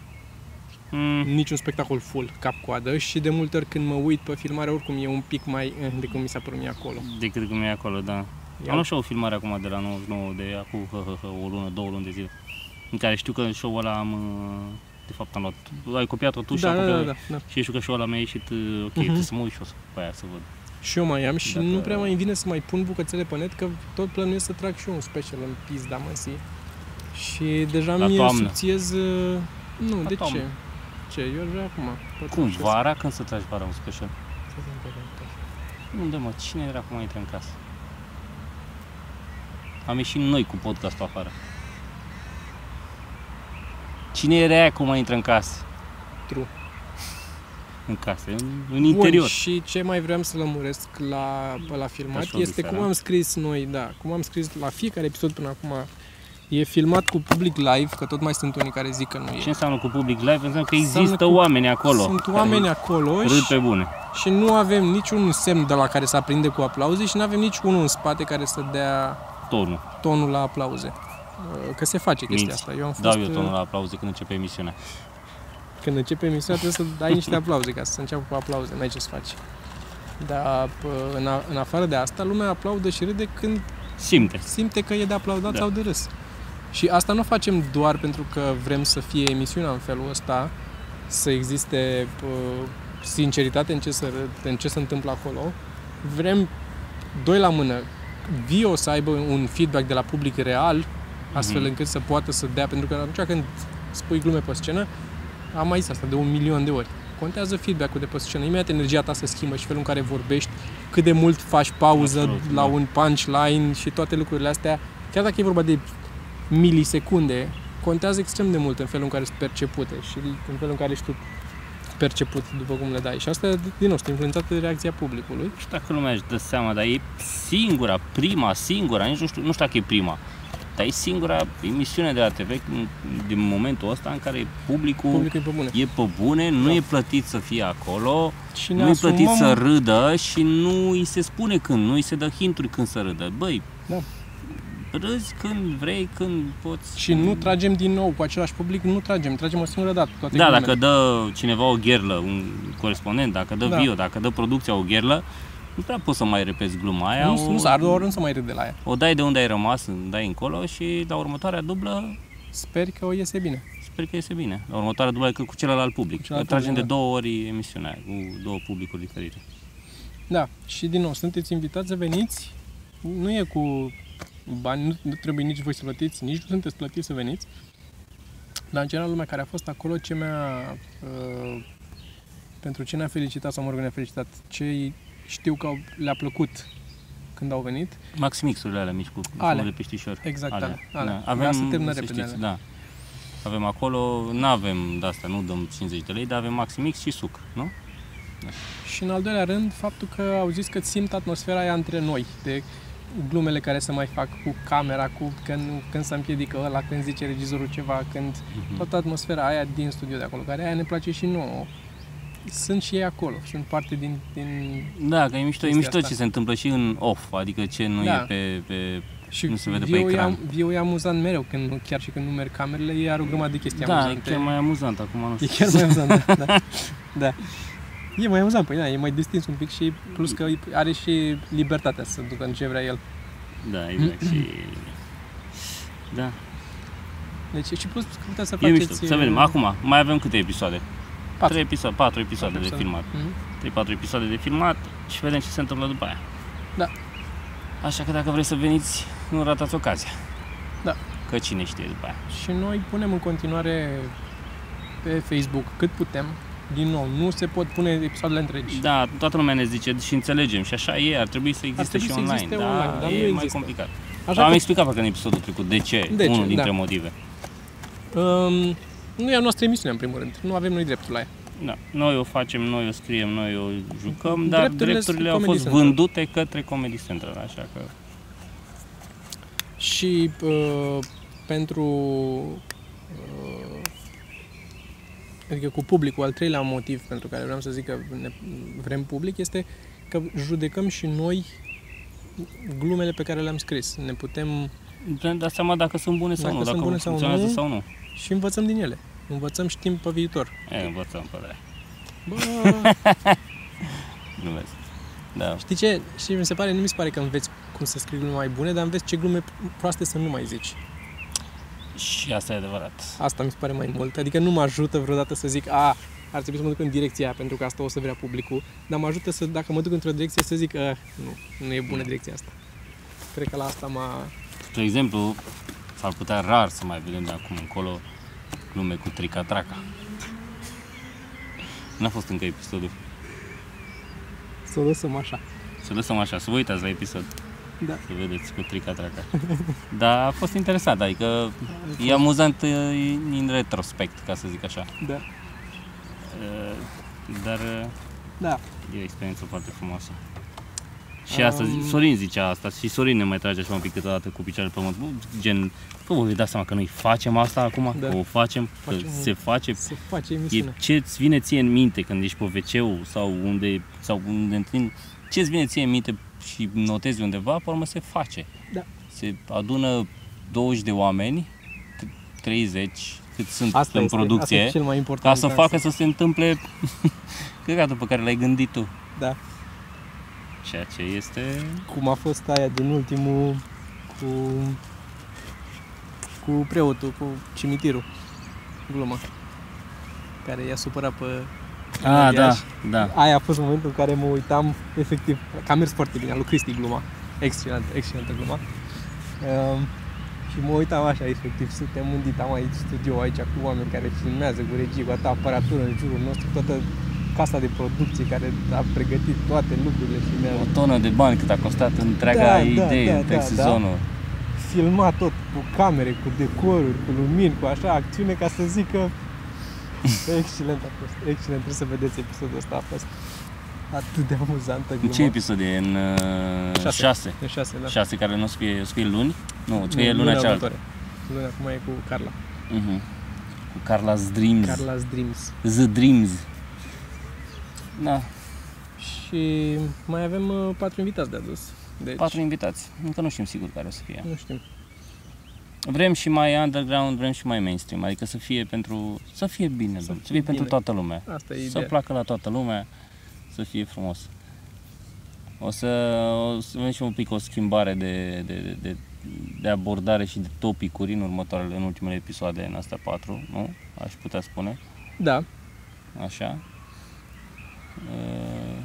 B: Mm.
A: Niciun spectacol full, cap-coadă și de multe ori când mă uit pe filmare, oricum e un pic mai eh, de cum mi s-a părut mie acolo.
B: Decât cum e acolo, da. Am
A: Iau.
B: luat și o filmare acum de la 99, de acum hă, hă, hă, o lună, două luni de zile, în care știu că în show-ul ăla am, uh, de fapt am luat, ai copiat-o tu și
A: da,
B: am
A: da,
B: copiat
A: da, Mhm. da, da.
B: Și știu că show-ul ăla mi-a ieșit, uh, ok, trebuie să mă uit și o să, pe aia să văd.
A: Și eu mai am și
B: Dacă-
A: nu prea mai îmi vine să mai pun bucățele pe net, că tot plănuiesc să trag și eu un special în pizda măsii. Și deja
B: La
A: mi
B: toamnă.
A: subțiez... eh, Nu,
B: La
A: de
B: toamnă.
A: ce? ce, eu aș vrea acum. Pot
B: Cum,
A: să-
B: vara? Când să tragi vara un special?
A: să se întâmple.
B: Unde mă, cine era cum intră în casă? Am ieșit noi cu podcastul afară. Cine era aia cum mai intră în casă?
A: True.
B: În casă, în, în interior.
A: Bun, și ce mai vreau să lămuresc la, la filmat
B: Așa,
A: este
B: Luciana.
A: cum am scris noi, da, cum am scris la fiecare episod până acum. E filmat cu public live, că tot mai sunt unii care zic că nu e.
B: Ce înseamnă cu public live? Înseamnă că
A: Înseamnă
B: există
A: că
B: oameni acolo.
A: Sunt
B: care
A: oameni acolo
B: Râd
A: și,
B: pe bune.
A: și nu avem niciun semn de la care să aprinde cu aplauze și nu avem niciunul în spate care să dea
B: Tonul.
A: tonul la aplauze. Uh, Că se face chestia
B: Minți.
A: asta. Eu am fost, uh,
B: Dau eu tonul la aplauze când începe emisiunea.
A: Când începe emisiunea trebuie să dai niște aplauze ca să înceapă cu aplauze, n-ai ce să faci. Dar pă, în, a, în afară de asta, lumea aplaudă și râde când
B: Simte.
A: simte că e de aplaudat
B: Da.
A: da. sau de râs. Și asta nu facem doar pentru că vrem să fie emisiunea în felul ăsta, să existe uh, sinceritate în ce, să, râd- în ce se întâmplă acolo. Vrem, doi la mână, Vio să aibă un feedback de la public real, astfel
B: Mhm.
A: încât să poată să dea, pentru că atunci când spui glume pe scenă, am mai zis asta de un milion de ori. Contează feedback-ul de pe scenă. Imediat energia ta se schimbă și felul în care vorbești, cât de mult faci pauză
B: Absolut,
A: la
B: da.
A: un punchline și toate lucrurile astea. Chiar dacă e vorba de milisecunde, contează extrem de mult în felul în care sunt percepute și în felul în care ești tu perceput după cum le dai. Și asta, din nou, este influențată de reacția publicului.
B: Nu știu dacă lumea își dă seama, dar e singura, prima, singura, nici nu știu, nu știu dacă e prima, dar e singura emisiune de la TV în- din momentul ăsta în care publicul,
A: Publicul e pe bune.
B: e pe bune, nu
A: Da.
B: e plătit să fie acolo,
A: Și
B: nu e plătit să râdă și nu îi se spune când, nu îi se dă hinturi când să râdă. Băi,
A: Da.
B: râzi când vrei, când poți.
A: Și nu tragem din nou cu același public, nu tragem, tragem o singură dată. Toate
B: Da,
A: glumele.
B: dacă dă cineva o gherlă, un corespondent, dacă dă
A: Da.
B: Vio, dacă dă producția o gherlă, nu prea poți să mai repezi gluma aia.
A: nu,
B: o...
A: nu s-ar doar nu să mai râd de la ea.
B: O dai de unde ai rămas, dai încolo și la următoarea dublă
A: Sper că o iese bine.
B: sper că iese bine. La următoarea dublă adică cu celălalt public.
A: Cu
B: Că
A: celălalt
B: tragem de
A: public,
B: două ori emisiunea aia, cu două publicuri diferite.
A: Da, și din nou, sunteți invitați să veniți. Nu e cu bani, nu, nu trebuie nici voi să plătiți, nici nu sunteți plătiți să veniți. Dar, în general, lumea care a fost acolo, ce mi-a... Uh, pentru ce ne-a felicitat sau mă rog, ne-a felicitat, ce știu că au- le-a plăcut când au venit.
B: Maxim X-urile alea mici cu
A: Alea.
B: alea. de peștișor.
A: Exact, alea. alea.
B: Da. Avem,
A: Vreau să termină
B: să
A: repede
B: știți,
A: alea.
B: da. Avem acolo, nu avem de asta, nu dăm 50 de lei, dar avem Maxim X și suc, nu?
A: Și în al doilea rând, faptul că au zis că simt atmosfera aia între noi, de glumele care se mai fac cu camera, cu când, când se împiedică ăla, când zice regizorul ceva, când
B: Mhm.
A: toată atmosfera aia din studio de acolo, care aia ne place și nouă. Sunt și ei acolo, sunt parte din... din...
B: Da, că e mișto,
A: Chestia
B: e mișto
A: asta.
B: ce se întâmplă și în off, adică ce nu
A: Da.
B: e pe, pe...
A: Și
B: Nu se vede pe
A: viu e
B: ecran.
A: am- Viu e amuzant mereu, când, nu- chiar și când nu merg camerele, ei are o grămadă de chestii
B: Da, e
A: amuzante.
B: chiar mai amuzant acum, nu
A: E
B: știu.
A: chiar mai amuzant, da, da. da. E mai amuzant, păi da, e mai distins un pic și plus că are și libertatea să ducă în ce vrea el.
B: Da, exact. și... Da,
A: Deci și plus că puteți să
B: E
A: faceți... uh,
B: mișto, să vedem. Acum, mai avem câte episoade?
A: Patru.
B: 3 episoade, 4 episoade de
A: episoade.
B: filmat.
A: Mhm.
B: 3-4 episoade de filmat și vedem ce se întâmplă după aia.
A: Da.
B: Așa că dacă vreți să veniți, nu ratați ocazia.
A: Da.
B: Că cine știe după aia.
A: Și noi punem în continuare pe Facebook cât putem. Din nou, nu se pot pune episoadele întregi.
B: Da, toată lumea ne zice și înțelegem și așa e, ar trebui să existe
A: trebui
B: și
A: să
B: online,
A: existe
B: da,
A: online, dar nu
B: e mai
A: există.
B: complicat. Dar
A: Așa
B: am
A: că
B: explicat parcă în episodul trecut de ce,
A: De ce,
B: unul dintre
A: da.
B: motive.
A: um, nu e a noastră emisiune, în primul rând. Nu avem noi dreptul la ea.
B: Da, noi o facem, noi o scriem, noi o jucăm, dar
A: Drepturile
B: drepturile,
A: sunt
B: au
A: Comedy
B: fost
A: Central.
B: vândute către Comedy Central, așa că
A: Și uh, pentru... Uh, adică cu publicul, al treilea motiv pentru care vreau să zic că ne, vrem public este că judecăm și noi glumele pe care le-am scris. Ne putem
B: ne dăm seama dacă sunt bune sau
A: Dacă
B: nu,
A: sunt
B: dacă
A: bune sau
B: funcționează
A: nu.
B: sau nu.
A: și învățăm din ele. Învățăm și timp pe viitor.
B: E, învățăm păi, pe alea.
A: Bă,
B: Glumesc. Da.
A: Știi ce? Și mi se pare, nu mi se pare că înveți cum să scrii glume mai bune, dar înveți ce glume proaste să nu mai zici.
B: Și asta e adevărat.
A: Asta mi se pare mai mult. Adică nu mă ajută vreodată să zic, a, ar trebui să mă duc în direcția aia, pentru că asta o să vrea publicul, dar mă ajută să, dacă mă duc într-o direcție, să zic, "Ah, nu, nu e bună direcția asta. Cred că la asta m-a...
B: Spre exemplu, s-ar putea rar să mai vedem de acum încolo glume cu tricatraca. N-a fost încă episodul.
A: Să o lăsăm așa.
B: Să lăsăm așa, să vă uitați la episod.
A: Da.
B: Să vedeți cu trica traca. Dar a fost interesant, adică
A: Da,
B: e amuzant e, în retrospect, ca să zic așa.
A: Da.
B: E, Dar uh, e,
A: Da.
B: e o experiență foarte frumoasă. Și
A: Um.
B: asta, zi- Sorin zicea asta, și Sorin ne mai trage așa un pic câteodată cu picioarele pe pământ. Bă, Gen, bă, vă dați seama că noi facem asta acum,
A: Da.
B: că o facem, că
A: Facem-
B: se face,
A: Se face
B: E
A: emisiune.
B: ce îți vine ție în minte când ești pe wc sau unde, sau unde întâlnim, ce îți vine ție în minte și notezi undeva, pe urmă se face.
A: Da.
B: Se adună 20 de oameni, t- 30, cât sunt
A: Asta
B: în
A: este,
B: producție,
A: asta e cel mai important.
B: ca să facă să se întâmple căcatul pe care l-ai gândit tu.
A: Da.
B: Ceea ce este...
A: Cum a fost aia din ultimul cu, cu preotul, cu cimitirul. Gluma. Care i-a supărat pe
B: A,
A: Iași.
B: da, da.
A: Aia a fost momentul în care mă uitam, efectiv, că a mers foarte bine, a lui Cristi gluma, excelent, excelentă gluma. Um, și mă uitam așa, efectiv, suntem în ditam aici, studio aici, cu oameni care filmează, cu regie, cu atâta aparatură în jurul nostru, toată casa de producție care a pregătit toate lucrurile și ne-a
B: O tonă de bani cât a costat întreaga
A: Da, da,
B: idee,
A: da,
B: întreg
A: da, da.
B: sezonul.
A: filmat tot cu camere, cu decoruri, cu lumini, cu așa acțiune, ca să zic că excelent a fost, excelent, trebuie să vedeți episodul ăsta, a fost atât de amuzantă
B: În
A: gluma.
B: ce episod e? În
A: Șase.
B: 6. 6
A: E șase, da.
B: 6 care nu o să fie, o să fie luni? Nu, o să fie
A: Nu,
B: luna cealaltă.
A: următoare. Luna acum e cu Carla.
B: Mhm. Cu Carla's Dreams.
A: Carla's Dreams.
B: The Dreams. Da,
A: Și mai avem uh, patru invitați de adus. Deci,
B: patru invitați. Încă nu știm sigur care o să fie.
A: Nu știm.
B: Vrem și mai underground, vrem și mai mainstream. Adică să fie pentru... Să fie bine, să
A: Să
B: fie, să
A: fie
B: fie pentru
A: bine.
B: toată lumea.
A: Asta e
B: Să
A: ideea.
B: placă la toată lumea, să fie frumos. O să, o să avem și un pic o schimbare de, de, de, de, de abordare și de topicuri în următoarele, în ultimele episoade, în astea patru, nu? Aș putea spune.
A: Da.
B: Așa. Uh,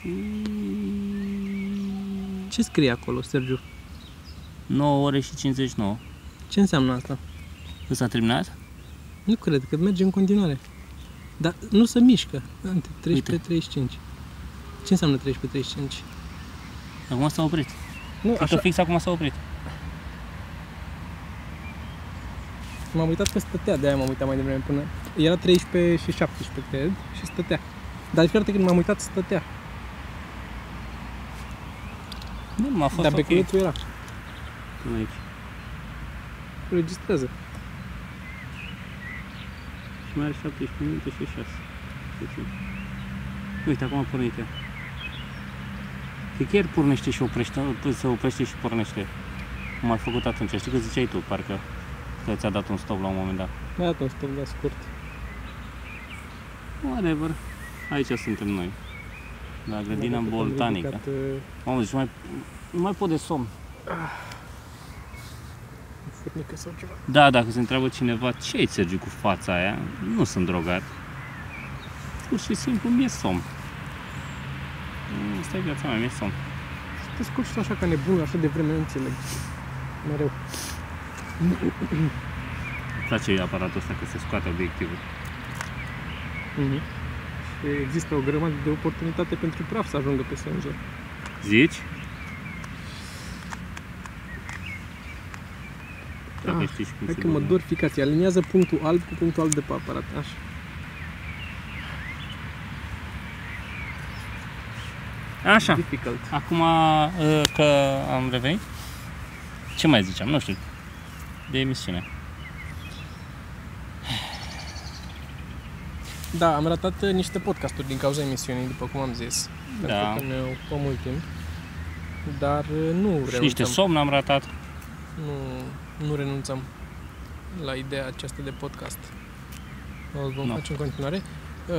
B: și
A: Ce scrie acolo, Sergiu?
B: 9 ore și 59.
A: Ce înseamnă asta?
B: Nu s-a terminat?
A: Nu cred că merge în continuare. Dar nu se mișcă. Ante, 13 35. Ce înseamnă 13 35?
B: Acum s-a oprit.
A: Nu,
B: Cred că fix acum s-a oprit.
A: M-am uitat că stătea, de-aia m-am uitat mai devreme până... Era 13 și 17, cred, și stătea. Dar de fiecare dată când m-am uitat, stătea.
B: Nu, m-a fost
A: Dar
B: ok.
A: pe culețul era.
B: Nu e.
A: Registrează.
B: Mai are 17 minute și 6. Uite, acum a pornit ea. Cred că iar pornește și oprește, se oprește și pornește. Cum ai făcut atunci, știi că ziceai tu, parcă că ți-a dat un stop la un moment dat.
A: Mi-a dat un stop la scurt.
B: Whatever. Aici suntem noi. La grădina
A: Mi-a dat un
B: botanică.
A: ridicat, uh,
B: Mamă, deci mai, nu mai pot de somn.
A: Furnică sau ceva.
B: Da, dacă se întreabă cineva ce ai Sergiu cu fața aia, nu sunt drogat. Pur și simplu mi-e somn. Mm, Asta e viața mea, mi-e somn.
A: Te scoți tu așa ca nebun, așa de vreme, nu înțeleg. Mereu.
B: Îmi place aparatul ăsta că se scoate obiectivul. Mhm.
A: Mm-hmm. Și există o grămadă de oportunitate pentru praf să ajungă pe senzor.
B: Zici? Dacă
A: Ah,
B: știi și cum
A: Hai
B: se
A: că mă
B: bagă.
A: dor ficații. Aliniază punctul alb cu punctul alb de pe aparat. Așa.
B: Așa,
A: Difficult.
B: acum uh, că am revenit, ce mai ziceam, nu știu, de emisiune.
A: Da, am ratat uh, niște podcasturi din cauza emisiunii, după cum am zis.
B: Da.
A: Pentru că ne ocupăm mult timp. Dar uh, nu
B: Și
A: renunțăm.
B: niște somn am ratat.
A: nu, nu renunțăm la ideea aceasta de podcast. O vom
B: Nu.
A: face în continuare.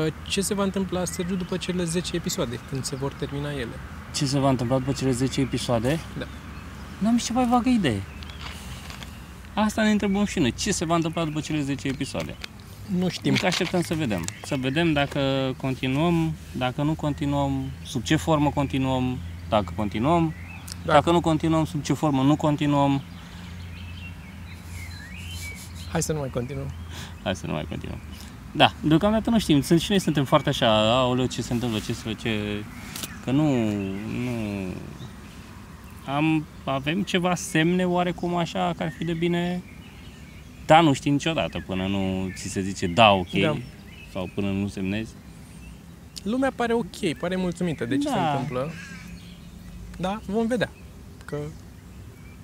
A: Uh, Ce se va întâmpla, Sergiu, după cele 10 episoade, când se vor termina ele?
B: Ce se va întâmpla după cele 10 episoade?
A: Da.
B: N-am nici cea mai vagă idee. Asta ne întrebăm și noi. Ce se va întâmpla după cele 10 episoade?
A: Nu știm.
B: Încă așteptăm să vedem. Să vedem dacă continuăm, dacă nu continuăm, sub ce formă continuăm, dacă continuăm,
A: Da.
B: dacă nu continuăm, sub ce formă nu continuăm.
A: Hai să nu mai continuăm.
B: Hai să nu mai continuăm. Da, deocamdată nu știm. Sunt și noi suntem foarte așa, aoleu, ce se întâmplă, ce se ce... Că nu, nu... Am, avem ceva semne oarecum așa care ar fi de bine... Da, nu știi niciodată până nu ți se zice da, ok,
A: Da.
B: da. sau până nu semnezi.
A: Lumea pare ok, pare mulțumită de ce se
B: Da.
A: întâmplă. Da, vom vedea. Că...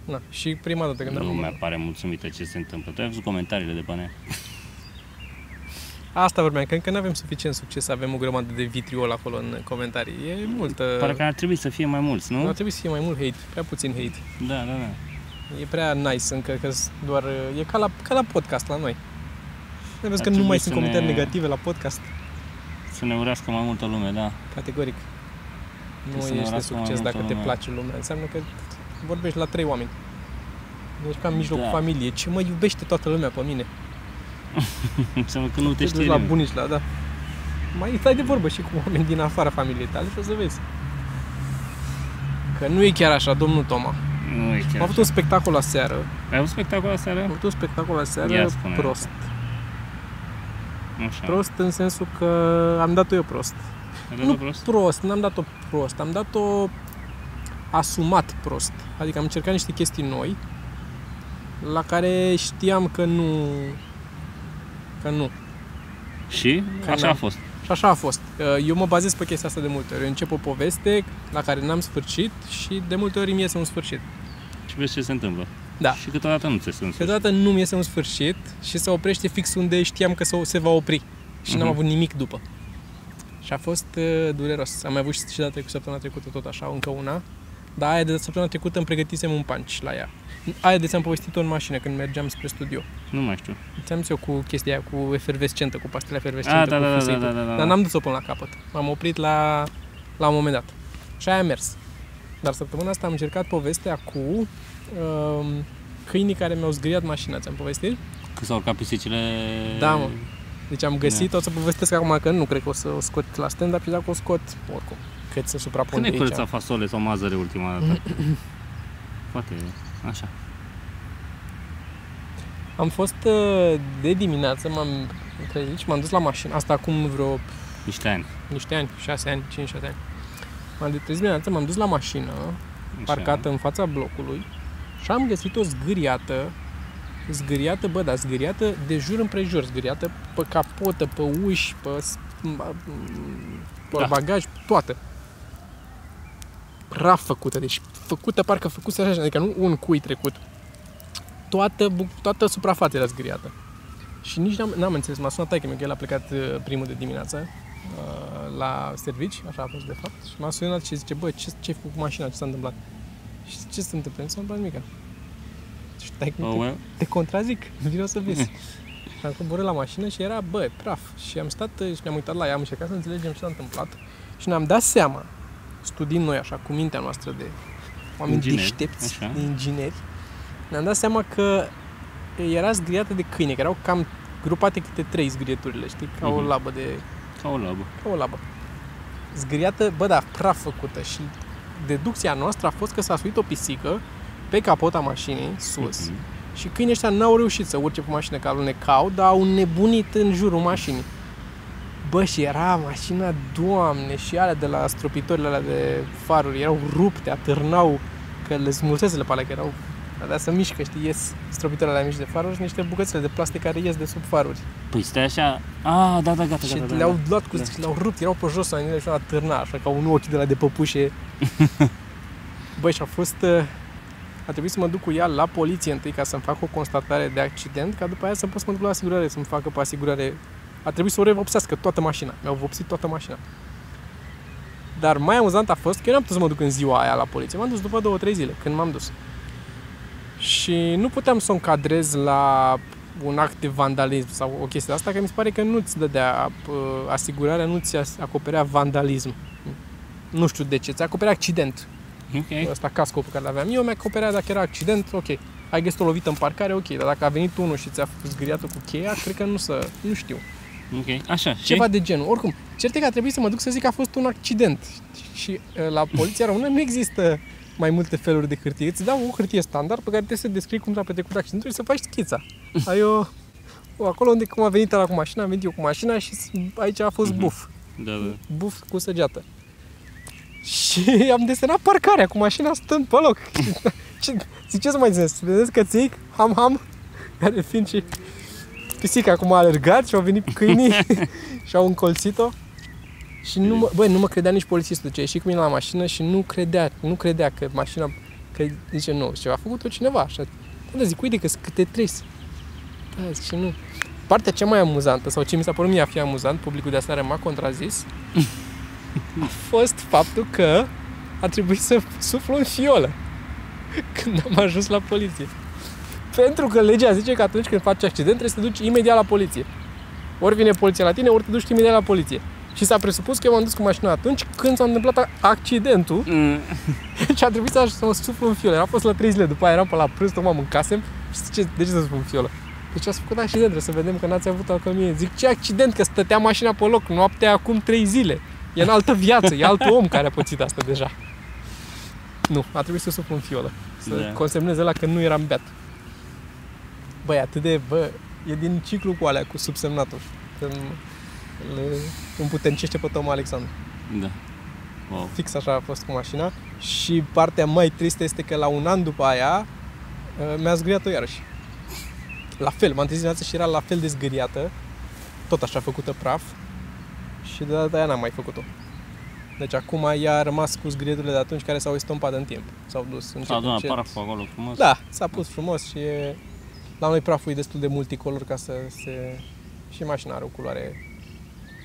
A: Na, și prima dată când
B: Nu
A: am
B: lumea pare mulțumită ce se întâmplă. Tu ai văzut comentariile de pe net.
A: Uh, Asta vorbeam, că încă nu avem suficient succes să avem o grămadă de vitriol acolo în comentarii. E multă...
B: Pare că ar trebui să fie mai mulți, nu?
A: Ar trebui să fie mai mult hate, prea puțin hate.
B: Da, da, da.
A: E prea nice încă, că s- doar... E ca la, ca la podcast la noi. Nu vezi că nu
B: trebui
A: mai
B: să
A: sunt
B: ne-
A: comentarii negative la podcast?
B: Să ne urească mai multă lume, da.
A: Categoric.
B: Trebuie
A: Nu
B: să ne
A: ești de
B: urască mai
A: succes
B: multă
A: dacă te
B: lume.
A: place lumea. Înseamnă că vorbești la trei oameni. Ești ca în mijlocul
B: Da.
A: familiei. Ce mă iubește toată lumea pe mine?
B: Înseamnă că nu te
A: Te
B: știe
A: duci la
B: nimeni.
A: bunici, la da. Mai stai de vorbă și cu oameni din afara familiei tale și o să vezi. Că nu e chiar așa, domnul Toma.
B: Nu e
A: Am
B: chiar
A: avut
B: așa.
A: un spectacol la seară. Am
B: Ai avut spectacol aseară?
A: avut un spectacol la seară
B: Ia spune.
A: prost.
B: Așa.
A: Ah. Prost în sensul că am dat-o eu prost.
B: Ai
A: nu
B: dat-o prost?
A: prost, n-am dat-o prost, am dat-o asumat prost. Adică am încercat niște chestii noi la care știam că nu că nu.
B: Și?
A: Că
B: Așa a
A: n-am.
B: fost.
A: Și așa a fost. Uh, Eu mă bazez pe chestia asta de multe ori. Eu încep o poveste la care n-am sfârșit și de multe ori îmi iese un sfârșit.
B: Și vezi ce se întâmplă.
A: Da.
B: Și câteodată nu ți se întâmplă.
A: Câteodată nu mi iese un sfârșit și se oprește fix unde știam că s-o- se va opri. Și n-am
B: Mhm.
A: avut nimic după. Și a fost uh, dureros. Am mai avut și și data trecută, săptămâna trecută tot așa, încă una. Dar aia de săptămâna trecută îmi pregătisem un punch la ea. Aia de ți-am povestit-o în mașină când mergeam spre studio.
B: Nu mai știu.
A: Ți-am zis eu cu chestia aia, cu efervescentă, cu pastile efervescente,
B: A, da,
A: cu
B: da, da, da,
A: fuseitul.
B: da, da,
A: Dar
B: da.
A: n-am dus-o până la capăt. M-am oprit la, la un moment dat. Și aia a mers. Dar săptămâna asta am încercat povestea cu um, câinii care mi-au zgâriat mașina, ți-am povestit?
B: Că s-au urcat pisicile...
A: Da, mă. Deci am
B: Da.
A: găsit, o să povestesc acum că nu cred că o să o scot la stand-up și dacă o scot, oricum, cred să suprapun
B: Când
A: de
B: ai
A: aici.
B: curățat fasole sau mazăre ultima dată? Poate, așa.
A: Am fost uh, de dimineață, m-am trezit și m-am dus la mașină, asta acum vreo
B: Niște ani.
A: niște ani, 6 ani, 5-6 ani. M-am trezit dimineața, m-am dus la mașină,
B: Așa.
A: parcată în fața blocului și am găsit o zgâriată, zgâriată, bă, dar zgâriată de jur împrejur, zgâriată pe capotă, pe uși, pe, s- m- pe
B: Da.
A: da. bagaj, toată. Praf făcută, deci făcută, parcă făcută așa, adică nu un cui trecut. Toată, bu- toată suprafața era zgâriată. Și nici n-am, n-am înțeles, m-a sunat taică că el a plecat uh, primul de dimineață uh, la servici, așa a fost de fapt, și m-a sunat și zice, bă, ce, ce ai făcut cu mașina, ce s-a întâmplat? Și zic, ce se întâmplă? Nu s-a întâmplat nimic. Și stai
B: Oh,
A: te,
B: well.
A: te contrazic, vino să vezi. și am coborât la mașină și era, bă, praf. Și am stat uh, și ne-am uitat la ea, am încercat să înțelegem ce s-a întâmplat și ne-am dat seama, studiind noi așa, cu mintea noastră de oameni
B: Ingineri,
A: deștepți,
B: așa.
A: de ingineri, ne-am dat seama că era zgriată de câine, că erau cam grupate câte trei zgrieturile, știi, ca o
B: Mhm.
A: labă de
B: Ca o labă.
A: ca o labă. Zgâriată, bă, da, praf făcută și deducția noastră a fost că s-a suit o pisică pe capota mașinii, sus,
B: Mhm.
A: și câinii ăștia n-au reușit să urce pe mașină ca alunecau, dar au nebunit în jurul mașinii. Bă, și era mașina, doamne, și alea de la stropitorile alea de faruri, erau rupte, atârnau, că le smulsesele pe alea, că erau dar să mișcă, știi, ies stropitorile alea mici de faruri și niște bucățele de plastic care ies de sub faruri.
B: Păi stai așa... A, da, da, gata,
A: Și
B: gata, da,
A: le-au
B: da.
A: luat cu
B: Da.
A: și le-au rupt, erau pe jos la ele și la târna, așa ca un ochi de la de păpușe. Băi, și a fost... uh, A trebuit să mă duc cu ea la poliție întâi ca să-mi fac o constatare de accident, ca după aia să pot să mă duc la asigurare, să-mi facă pe asigurare. A trebuit să o revopsească toată mașina. Mi-au vopsit toată mașina. Dar mai amuzant a fost că eu n-am putut să mă duc în ziua aia la poliție. M-am dus după 2-3 zile, când m-am dus. Și nu puteam să o încadrez la un act de vandalism sau o chestie de asta, că mi se pare că nu-ți dădea uh, asigurarea, nu-ți as- acoperea vandalism. Nu știu de ce, ți acoperea accident.
B: Ok.
A: Asta cascul pe care l-aveam eu, mi acoperea dacă era accident, ok. Ai găsit o lovită în parcare, ok, dar dacă a venit unul și ți-a zgâriat-o cu cheia, cred că nu să, nu știu.
B: Ok. Așa, și?
A: Ceva de genul. Oricum, cert e că a trebuit să mă duc să zic că a fost un accident. Și uh, la poliția română nu există mai multe feluri de hârtie. Îți dau o hârtie standard pe care trebuie să descrii cum s-a petrecut accidentul și să faci schița. Ai o, acolo unde cum a venit ăla cu mașina, am venit eu cu mașina și s- aici a fost
B: Mhm.
A: buf.
B: Da, da.
A: Buf cu săgeată. Și am desenat parcarea cu mașina stând pe loc. Ce, zic, ce să mai zic? Vedeți cățic, ham-ham, care fiind și pisica acum a alergat și au venit câinii și au încolțit-o. Și nu mă, băi, nu mă credea nici polițistul ce a ieșit cu mine la mașină și nu credea, nu credea că mașina, că zice nu, și a făcut-o cineva așa. Da, zic, uite că sunt câte trei. Da, zice, nu. Partea cea mai amuzantă, sau ce mi s-a părut mie a fi amuzant, publicul de aseară m-a contrazis, a fost faptul că a trebuit să suflu în fiolă când am ajuns la poliție. Pentru că legea zice că atunci când faci accident trebuie să te duci imediat la poliție. Ori vine poliția la tine, ori te duci tu imediat la poliție. Și s-a presupus că eu m-am dus cu mașina atunci când s-a întâmplat accidentul
B: Mm.
A: și a trebuit să, să mă suflu în fiolă. Era fost la 3 zile după aia, eram pe la prânz, tocmai mâncasem și zice, de ce să suflu în fiolă? Deci ați făcut accident, trebuie să vedem că n-ați avut alcă mie. Zic, ce accident, că stătea mașina pe loc noaptea acum 3 zile. E în altă viață, e alt om care a pățit asta deja. Nu, a trebuit să suflu în fiolă. Să
B: Da.
A: consemneze la că nu eram beat. Băi, atât de, bă, e din ciclu cu alea, cu subsemnatul. Când le împuternicește pe Toma Alexandru
B: Da. Wow.
A: fix așa a fost cu mașina și partea mai tristă este că la un an după aia uh, mi-a zgâriat-o iarăși. La fel, m-am trezit dimineața și era la fel de zgâriată, tot așa făcută praf și de data aia n-am mai făcut-o. Deci acum ea a rămas cu zgârieturile de atunci care s-au estompat în timp. S-au dus încet,
B: S-a adunat
A: încet.
B: paraful acolo frumos.
A: Da, s-a pus frumos și e... la noi praful e destul de multicolor ca să se... și mașina are o culoare...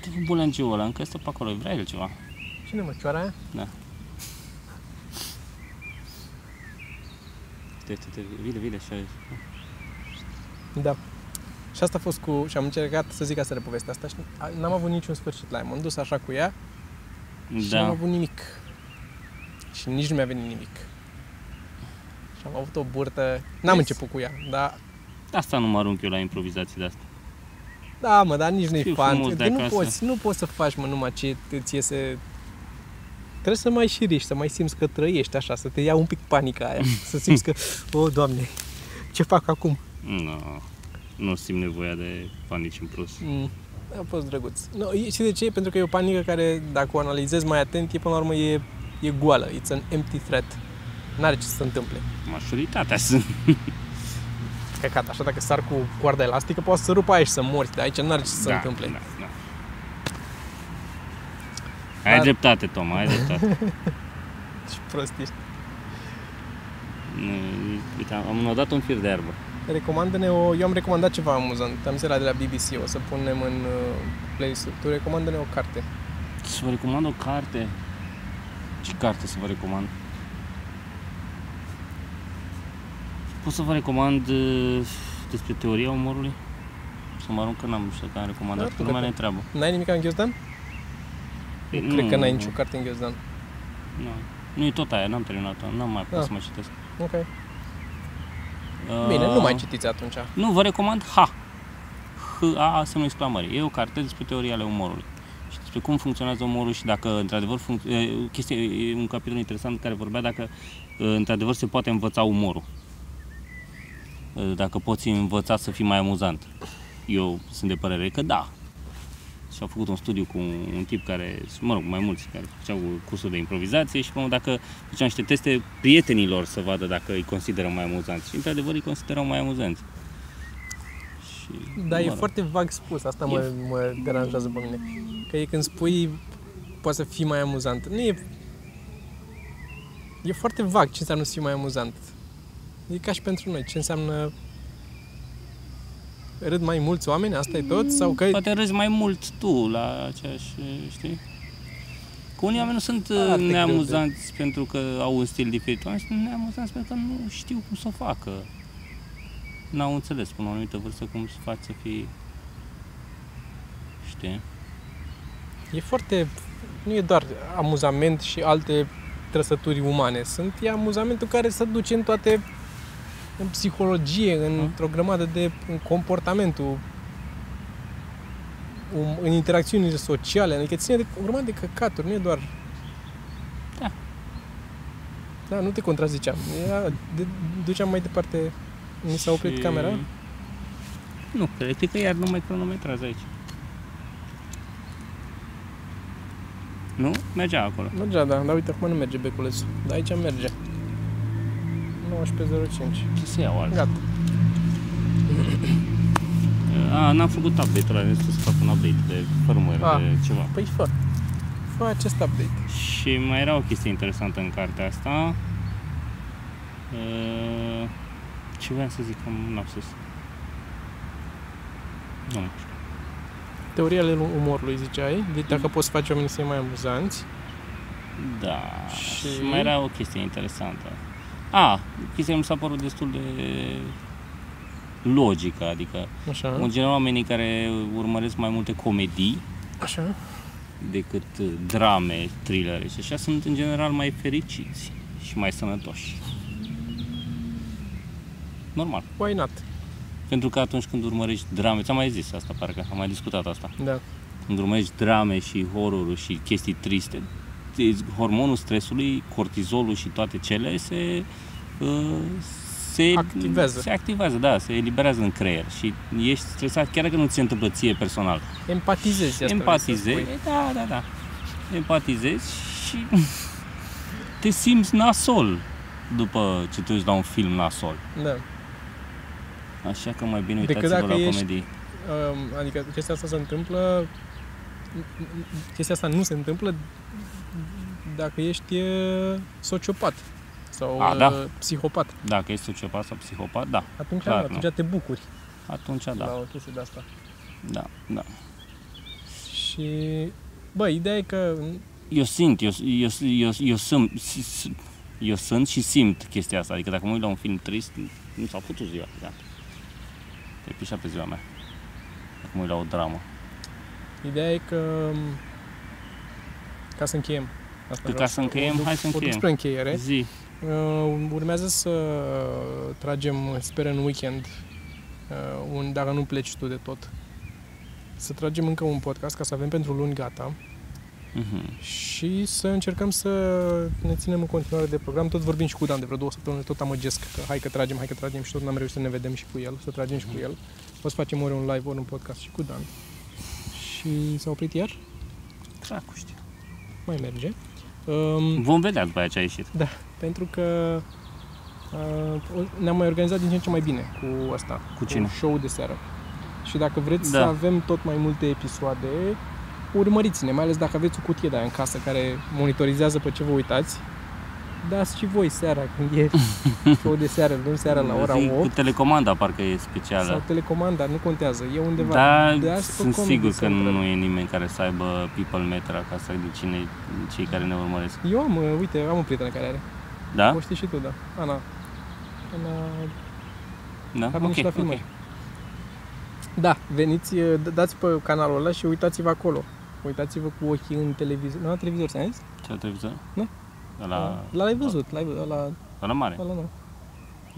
B: Te fă bulangiul ăla, încă este pe acolo, vrea el ceva.
A: Cine mă, cioara aia?
B: Te, te, te, vine, vine și aici.
A: Da. Și asta a fost cu... și am încercat să zic aseară povestea asta și a- n-am avut niciun sfârșit la ea. M-am dus așa cu ea și n-am
B: Da.
A: avut nimic. Și nici nu mi-a venit nimic. Și am avut o burtă... N-am
B: Yes.
A: început cu ea, da. dar...
B: Asta nu mă arunc eu la improvizații de astea.
A: Da, mă, dar nici nu-i
B: Știu
A: fan.
B: frumos de
A: Că nu
B: acasă.
A: poți, nu poți să faci, mă, numai ce îți iese... Trebuie să mai și riști, să mai simți că trăiești așa, să te ia un pic panica aia, să simți că, o, oh, Doamne, ce fac acum?
B: Nu. Nu simt nevoia de panici în plus.
A: Mm. A fost drăguț. No, e- și de ce? Pentru că e o panică care, dacă o analizezi mai atent, e până la urmă e, e goală. It's an empty threat. N-are ce să se întâmple.
B: Majoritatea sunt.
A: Căcat, așa dacă sar cu coarda elastică, poți să rup aici să mori, dar aici n-are ce să se
B: da,
A: întâmple.
B: Da, da. Ai
A: Dar-
B: dreptate, Toma, ai dreptate.
A: Ce prost ești.
B: Nu, Uite, am am dat un fir de iarbă.
A: Recomandă-ne o... Eu am recomandat ceva amuzant. Am zis la de la BBC, o să punem în uh, playlist Tu recomandă-ne o carte.
B: Să vă recomand o carte. Ce carte să vă recomand? Pot să vă recomand uh, despre teoria umorului? Să mă arunc că n-am știu că am
A: Da,
B: recomandat.
A: tu
B: Da, lumea
A: că-
B: ne întreabă.
A: N-ai nimic în ghiozdan?
B: Păi
A: Nu, Cred că n-ai nicio carte în ghiozdan.
B: Nu, nu e tot aia, n-am terminat-o, n-am mai putut
A: Ah.
B: să mai citesc.
A: Ok.
B: Uh,
A: Bine, nu mai citiți atunci.
B: Nu, vă recomand H. H, A, semnul exclamării. E o carte despre teoria ale umorului și despre cum funcționează umorul și dacă într-adevăr func- e, chestie, e un capitol interesant care vorbea dacă e, într-adevăr se poate învăța umorul. E, Dacă poți învăța să fii mai amuzant. Eu sunt de părere că da. Și au făcut un studiu cu un tip care, mă rog, mai mulți care făceau cursul de improvizație și până dacă făceau niște teste prietenilor să vadă dacă îi consideră mai amuzanți. Și într-adevăr îi considerau mai amuzanți. Și,
A: Dar e
B: mă rog.
A: foarte vag spus, asta mă,
B: E-
A: mă deranjează pe mine. Că e când spui, poate să fii mai amuzant. Nu e... E foarte vag ce înseamnă să fii mai amuzant. E ca și pentru noi, ce înseamnă... Râd mai mulți oameni, asta e tot? Sau că...
B: Poate râzi mai mult tu la aceeași, știi? Că unii oameni nu sunt uh,
A: Foarte greu de-
B: neamuzanți pentru că au un stil diferit, oameni sunt neamuzanți pentru că nu știu cum să o facă. N-au înțeles până la o anumită vârstă cum să faci să fii, știi?
A: E foarte... Nu e doar amuzament și alte trăsături umane. Sunt e amuzamentul care se duce în toate... În psihologie, într-o grămadă de... În comportamentul... um- În interacțiunile sociale. Adică ține de o grămadă de căcaturi. Nu e doar...
B: Da.
A: Da, nu te contraziceam. Era, de, duceam mai departe... Mi s-a oprit
B: Și
A: camera?
B: Nu cred, cred că iar nu mai cronometrează aici. Nu? Mergea acolo.
A: Mergea, da, dar uite, acum nu merge beculețul. Dar aici merge. 19.05.
B: Ce să iau alt?
A: Gata.
B: A, n-am făcut update-ul ăla, trebuie să fac un update de firmware,
A: A.
B: de ceva.
A: Păi fă. Fă acest update.
B: Și mai era o chestie interesantă în cartea asta. E, Ce vreau să zic, am un lapsus. Nu mai știu.
A: Teoria ale umorului, ziceai. Deci dacă poți face oamenii să fie mai amuzanți.
B: Da, și...
A: Și?
B: mai era o chestie interesantă. A, chestia mi s-a părut destul de logică, adică
A: Așa.
B: în general oamenii care urmăresc mai multe comedii
A: Așa.
B: decât uh, drame, thrillere și așa sunt în general mai fericiți și mai sănătoși. Normal.
A: Why not?
B: Pentru că atunci când urmărești drame, ți-am mai zis asta, parcă am mai discutat asta.
A: Da.
B: Când urmărești drame și horroruri și chestii triste, îți- hormonul stresului, cortizolul și toate cele se uh, se
A: Activează.
B: Se activează, da, se eliberează în creier și ești stresat chiar dacă nu ți se întâmplă ție personal.
A: Empatizezi asta.
B: Empatizezi,
A: vrei să
B: da, da, da. Empatizezi și te simți nasol după ce te uiți la un film nasol.
A: spui. Da.
B: Așa că mai bine
A: Decât
B: uitați-vă
A: dacă
B: la
A: ești- Um,
B: comedii.
A: Adică chestia asta se întâmplă... Chestia asta nu se întâmplă dacă ești e, sociopat sau
B: A, da.
A: e, psihopat.
B: Dacă ești sociopat sau psihopat, da,
A: Atunci,
B: Clar, nu.
A: atunci te bucuri
B: atunci da,
A: la
B: da,
A: o chestie de asta.
B: da.
A: Și, bă, ideea e că
B: Eu simt, eu, eu, eu, eu, sunt, eu sunt și simt chestia asta, adică dacă mă uit la un film trist, nu s-a putut ziua, da. Te pișa pe ziua mea. Dacă mă uit la o dramă.
A: Ideea e că... um, Ca să încheiem. Asta
B: Păi
A: vreau
B: ca să încheiem,
A: o duc-
B: hai să
A: o duc
B: încheiem.
A: spre încheiere.
B: Zi.
A: Uh, Urmează să tragem, sper în weekend, uh, un, dacă nu pleci tu de tot, să tragem încă un podcast ca să avem pentru luni gata
B: Mhm.
A: și să încercăm să ne ținem în continuare de program. Tot vorbim și cu Dan de vreo două săptămâni, tot amăgesc că hai că tragem, hai că tragem și tot n-am reușit să ne vedem și cu el, să tragem și cu el. O să facem ori un live, ori un podcast și cu Dan. Și s-a oprit iar?
B: Dracu știu.
A: mai merge. Um,
B: Vom vedea după aia ce a ieșit.
A: pentru că uh, o- ne-am mai organizat din ce în ce mai bine cu asta,
B: Cu cine?
A: cu show de seară. Și dacă vreți
B: Da.
A: să avem tot mai multe episoade, urmăriți-ne, mai ales dacă aveți o cutie de aia în casă care monitorizează pe ce vă uitați. Dați și voi seara când e show de seară, luni seara la ora
B: Zi, Cu
A: 8
B: telecomanda parcă e
A: sau
B: specială.
A: telecomanda, nu contează, e undeva. De
B: Dar
A: azi pe
B: Da, sunt
A: Comedy
B: sigur că
A: Central.
B: nu e nimeni care să aibă People Meter acasă de cine, cei care ne urmăresc.
A: Eu am, uh, uite, am o prietenă care are.
B: Da?
A: O știi și tu, da. Ana. Ana
B: Da?
A: Am venit și la filmări.
B: ok.
A: Da, veniți, d- dați pe canalul ăla și uitați-vă acolo. Uitați-vă cu ochii în televizor. Nu la televizor, ți-am zis?
B: Ce la televizor?
A: Nu. Da.
B: La,
A: La ai văzut, la ai văzut, la,
B: la mare.
A: la nu.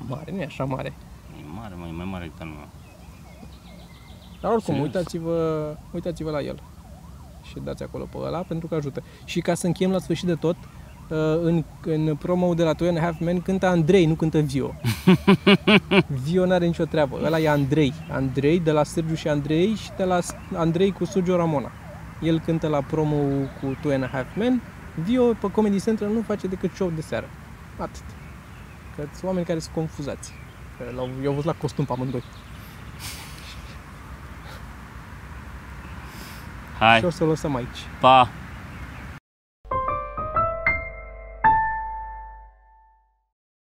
A: Mare, nu e așa mare.
B: E mare, mai, mai mare decât al meu.
A: Dar oricum,
B: Serios?
A: uitați-vă, uitați-vă la el. Și dați acolo pe ăla pentru că ajută. Și ca să încheiem la sfârșit de tot, uh, în, în promo de la Two and a Half Men cântă Andrei, nu cântă Vio. Vio n-are nicio treabă. Ăla e Andrei. Andrei de la Sergiu și Andrei și de la S- Andrei cu Sergio Ramona. El cântă la promo cu Two and a Half Men. Vio pe Comedy Central nu face decât show de seară. Atât. Că sunt oameni care sunt confuzați. Că l-au- I-au văzut la costum pe amândoi. Și
B: Hai,
A: o să o lăsăm aici.
B: pa!